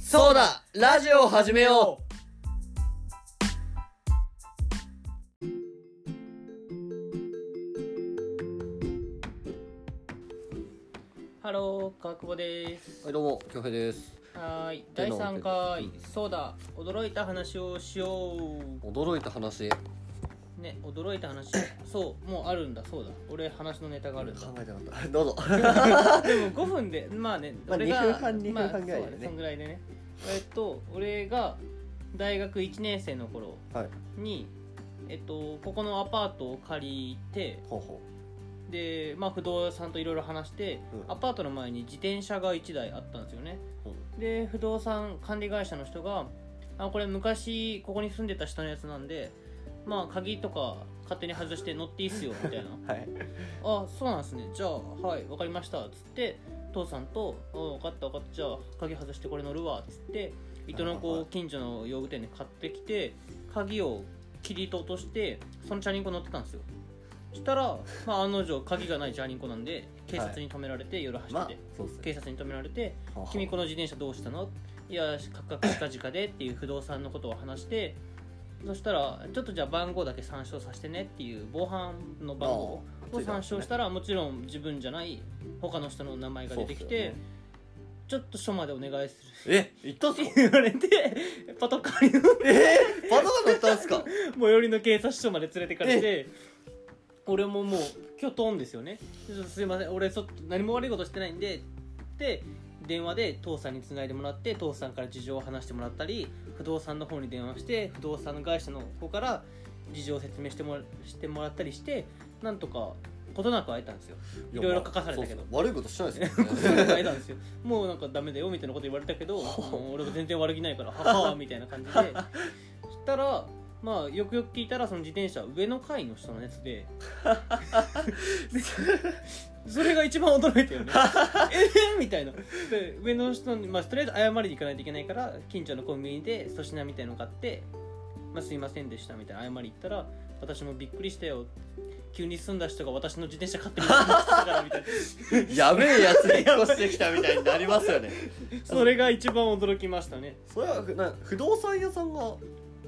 そうだラジオを始めよハロー、かくぼです。うはいどうも京平ですはーい、手第の3回う、んそうだ、驚いた話をしよう。驚いた話考ね、驚いた 話、そう、もうあるんだ、そうだ。俺、話のネタがあるんだ。えてなかった どうぞでも5分で、まあね、まあ俺が2分半2分半ぐらいまあそでねうだそんぐらいでね。えっと、俺が大学1年生の頃はいに、えっと、ここのアパートを借りて、ほうほで、まあ、不動産といろいろ話して、うんアパートの前に自転車が1台あったんですよね。うで不動産管理会社の人があこれ昔ここに住んでた人のやつなんでまあ鍵とか勝手に外して乗っていいっすよみたいなはいあそうなんですねじゃあはいわかりましたっつって父さんと「うん分かった分かったじゃあ鍵外してこれ乗るわ」っつって糸のはいはい子を近所の用具店で買ってきて鍵を切りと落としてそのチャリンコ乗ってたんですよそしたら、まあ、案の定鍵がないチャリンコなんで警察に止められて夜走まっあてて、そうっすね警察に止められてほうほう君この自転車どうしたのいやカクカク近々でっていう不動産のことを話してそしたらちょっとじゃあ番号だけ参照させてねっていう防犯の番号ああを参照したらもちろん自分じゃない他の人の名前が出てきて、ちょっと署までお願いするそうっすよねえ言ったんすっかて言われて パトカーに乗ってえー、バナナだったんすか最寄りの警察署まで連れてかれて俺ももうきょとんですよねちょっとすいません俺ちょっと何も悪いことしてないんでで電話で父さんにつないでもらって父さんから事情を話してもらったり不動産の方に電話して不動産の会社の方から事情を説明してもらしてもらったりしてなんとか事なく会えたんですよ いろいろ書かされたけどいやまあそうっすね悪いことしてないですよ ねそれが絵なんですよもうなんかダメだよみたいなこと言われたけどもう俺も全然悪気ないからははみたいな感じでそしたらまあよくよく聞いたらその自転車は上の階の人のやつでそれが一番驚いたよねえー、みたいなで上の人に、まあ、とりあえず謝りに行かないといけないから近所のコンビニで粗品みたいの買って「まあ、すいませんでした」みたいな謝り行ったら「私もびっくりしたよ急に住んだ人が私の自転車買ってみたんだから」みたいな やべえやつが引っ越してきたみたいになりますよね それが一番驚きましたね それはふな不動産屋さんが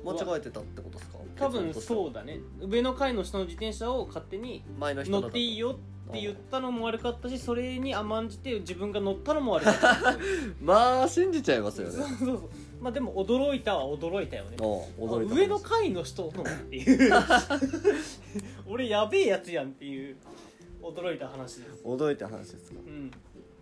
間違えてたってことですか多分うそうだね上の階の人の自転車を勝手に前の人の乗っていいよって言ったのも悪かったしそれに甘んじて自分が乗ったのも悪かったまあ信じちゃいますそう よそうねそうまあでも驚いたは驚いたよねおう驚いた上の階の人のっていう 俺やべえやつやんっていう驚いた話です驚いた話ですかうん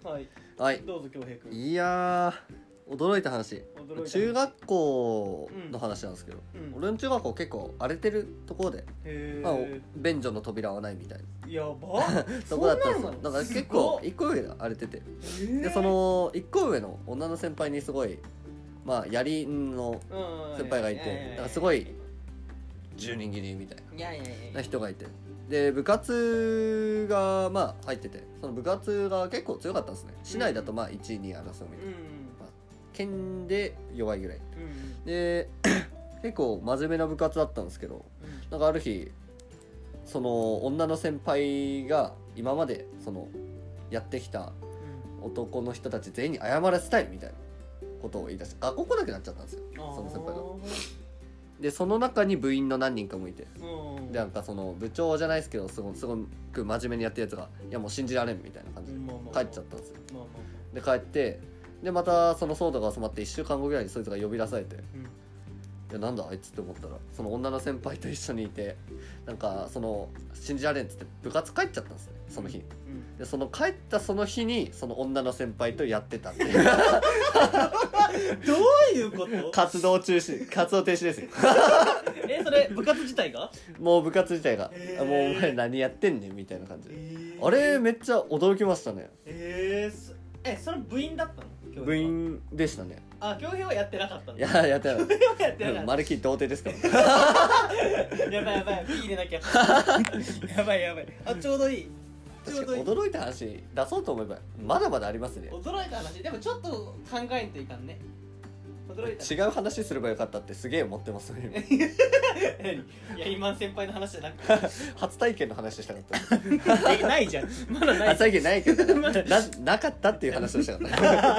はいはいどうぞ恭平君いやー驚いた話驚いた話中学校の話なんですけど、うん俺の中学校結構荒れてるところで、へまあ、え便所の扉はないみたいやば なとこだったんでそんすよなのだから結す構ごっ一個上が荒れててえでーその一個上の女の先輩にすごいまあやりんのうん先輩がいてややややだからすごい10人切りみたいないやいやいやいな人がいてで部活がまあ入っててその部活が結構強かったんですね市内だとまあ1位2位争うみたいな、うん県で弱いぐらいうんうんで 結構真面目な部活だったんですけどうんなんかある日その女の先輩が今までそのやってきた男の人たち全員に謝らせたいみたいなことを言い出して学校来なくなっちゃったんですよあーその先輩がでその中に部員の何人かもいてうんでなんかその部長じゃないですけどすごすごく真面目にやってるやつがいやもう信じられんみたいな感じでまあまあま帰あっちゃったんですよまあまあまで帰ってでまたその騒動が収まって1週間後ぐらいにそいつが呼び出されてあうんいやなんだあいつって思ったらその女の先輩と一緒にいてなんかその信じられんっつって部活帰っちゃったんですねその日うんでその帰ったその日にその女の先輩とやって たっていうどういうこと 活動中止活動停止ですよえそれ部活自体がもう部活自体が、へあーもうお前何やってんねんみたいな感じで、あれめっちゃ驚きましたねえーすえそれ部員だったの教授は部員でしたねあ教平はやってなかったんいだややってなかっ教 平はやってたなうんかっまるっきり童貞ですからたやばいやばいピー入れな きゃやばいやばいあちょうどいいちょ確うどいいかに驚いた話出そうと思えばまだまだありますね驚いた話でもちょっと考えんといかんね驚いた違う話すればよかったってすげえ思ってます ね何いや今先輩の話じゃな く初体験の話したかったてえないじゃんまだない初じゃん体験ない けどまなだなかったっていう話をしたかった まあまあま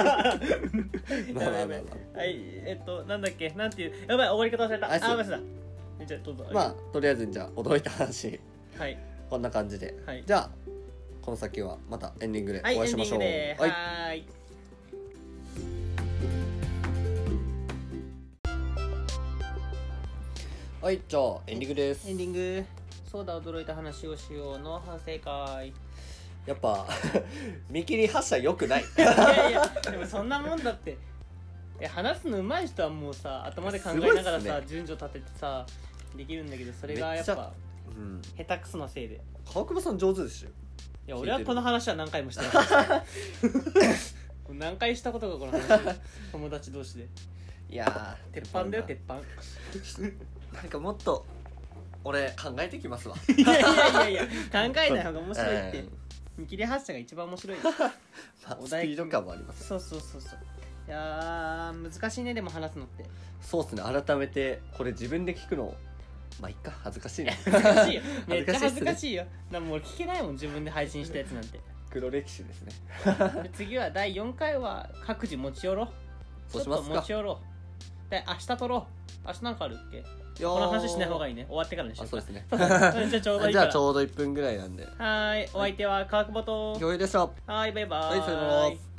あはいえっとなんだっけなんていうやばい終わり方忘れたあそうあ忘れたじゃあどうぞまあ、まあ、とりあえずじゃあ驚いた話はいこんな感じではいじゃあこの先はまたエンディングでおはい会いエしンデまィンしょグうではーいはいじゃあエンディングですエンディングそうだ驚いた話をしようの反省会やっぱ 見切り発車良 くないいやい やでもそんなもんだってえ話すの上手い人はもうさ頭で考えながらすごいさ、っすね順序立ててさできるんだけどそれがやっめっぱうん下手くそなせいで川久保さん上手ですよいや聞いてる俺はこの話は何回も してます何回したことかこの話友達同士でいやー鉄板だよ鉄板なんかもっと俺考えてきますわいやいやいやいや考えない方が面白いって、うん見切り発車が一番面白いまあおスピ題ード感もありますそうそうそうそういやー難しいねでも話すの ってそうっすね改めてこれ自分で聞くのまあいっか恥ずかしい な恥ずかしいよめ恥っちゃずかしいっすね恥ずかしいよだからもう聞けないもん自分で配信したやつなんて 黒歴史ですねで次は第4回は各自持ち寄ろうそうしまちょすかっと持ち寄ろうで明日撮ろう明日なんかあるっけこの話しない方がいいいね終わってからにしよあうそうですねじゃ あちょうどいいじかゃあらちょうど1分ぐらいなん ではーいお相手は川久保と余裕でしたはーいバイバーイはいさよなら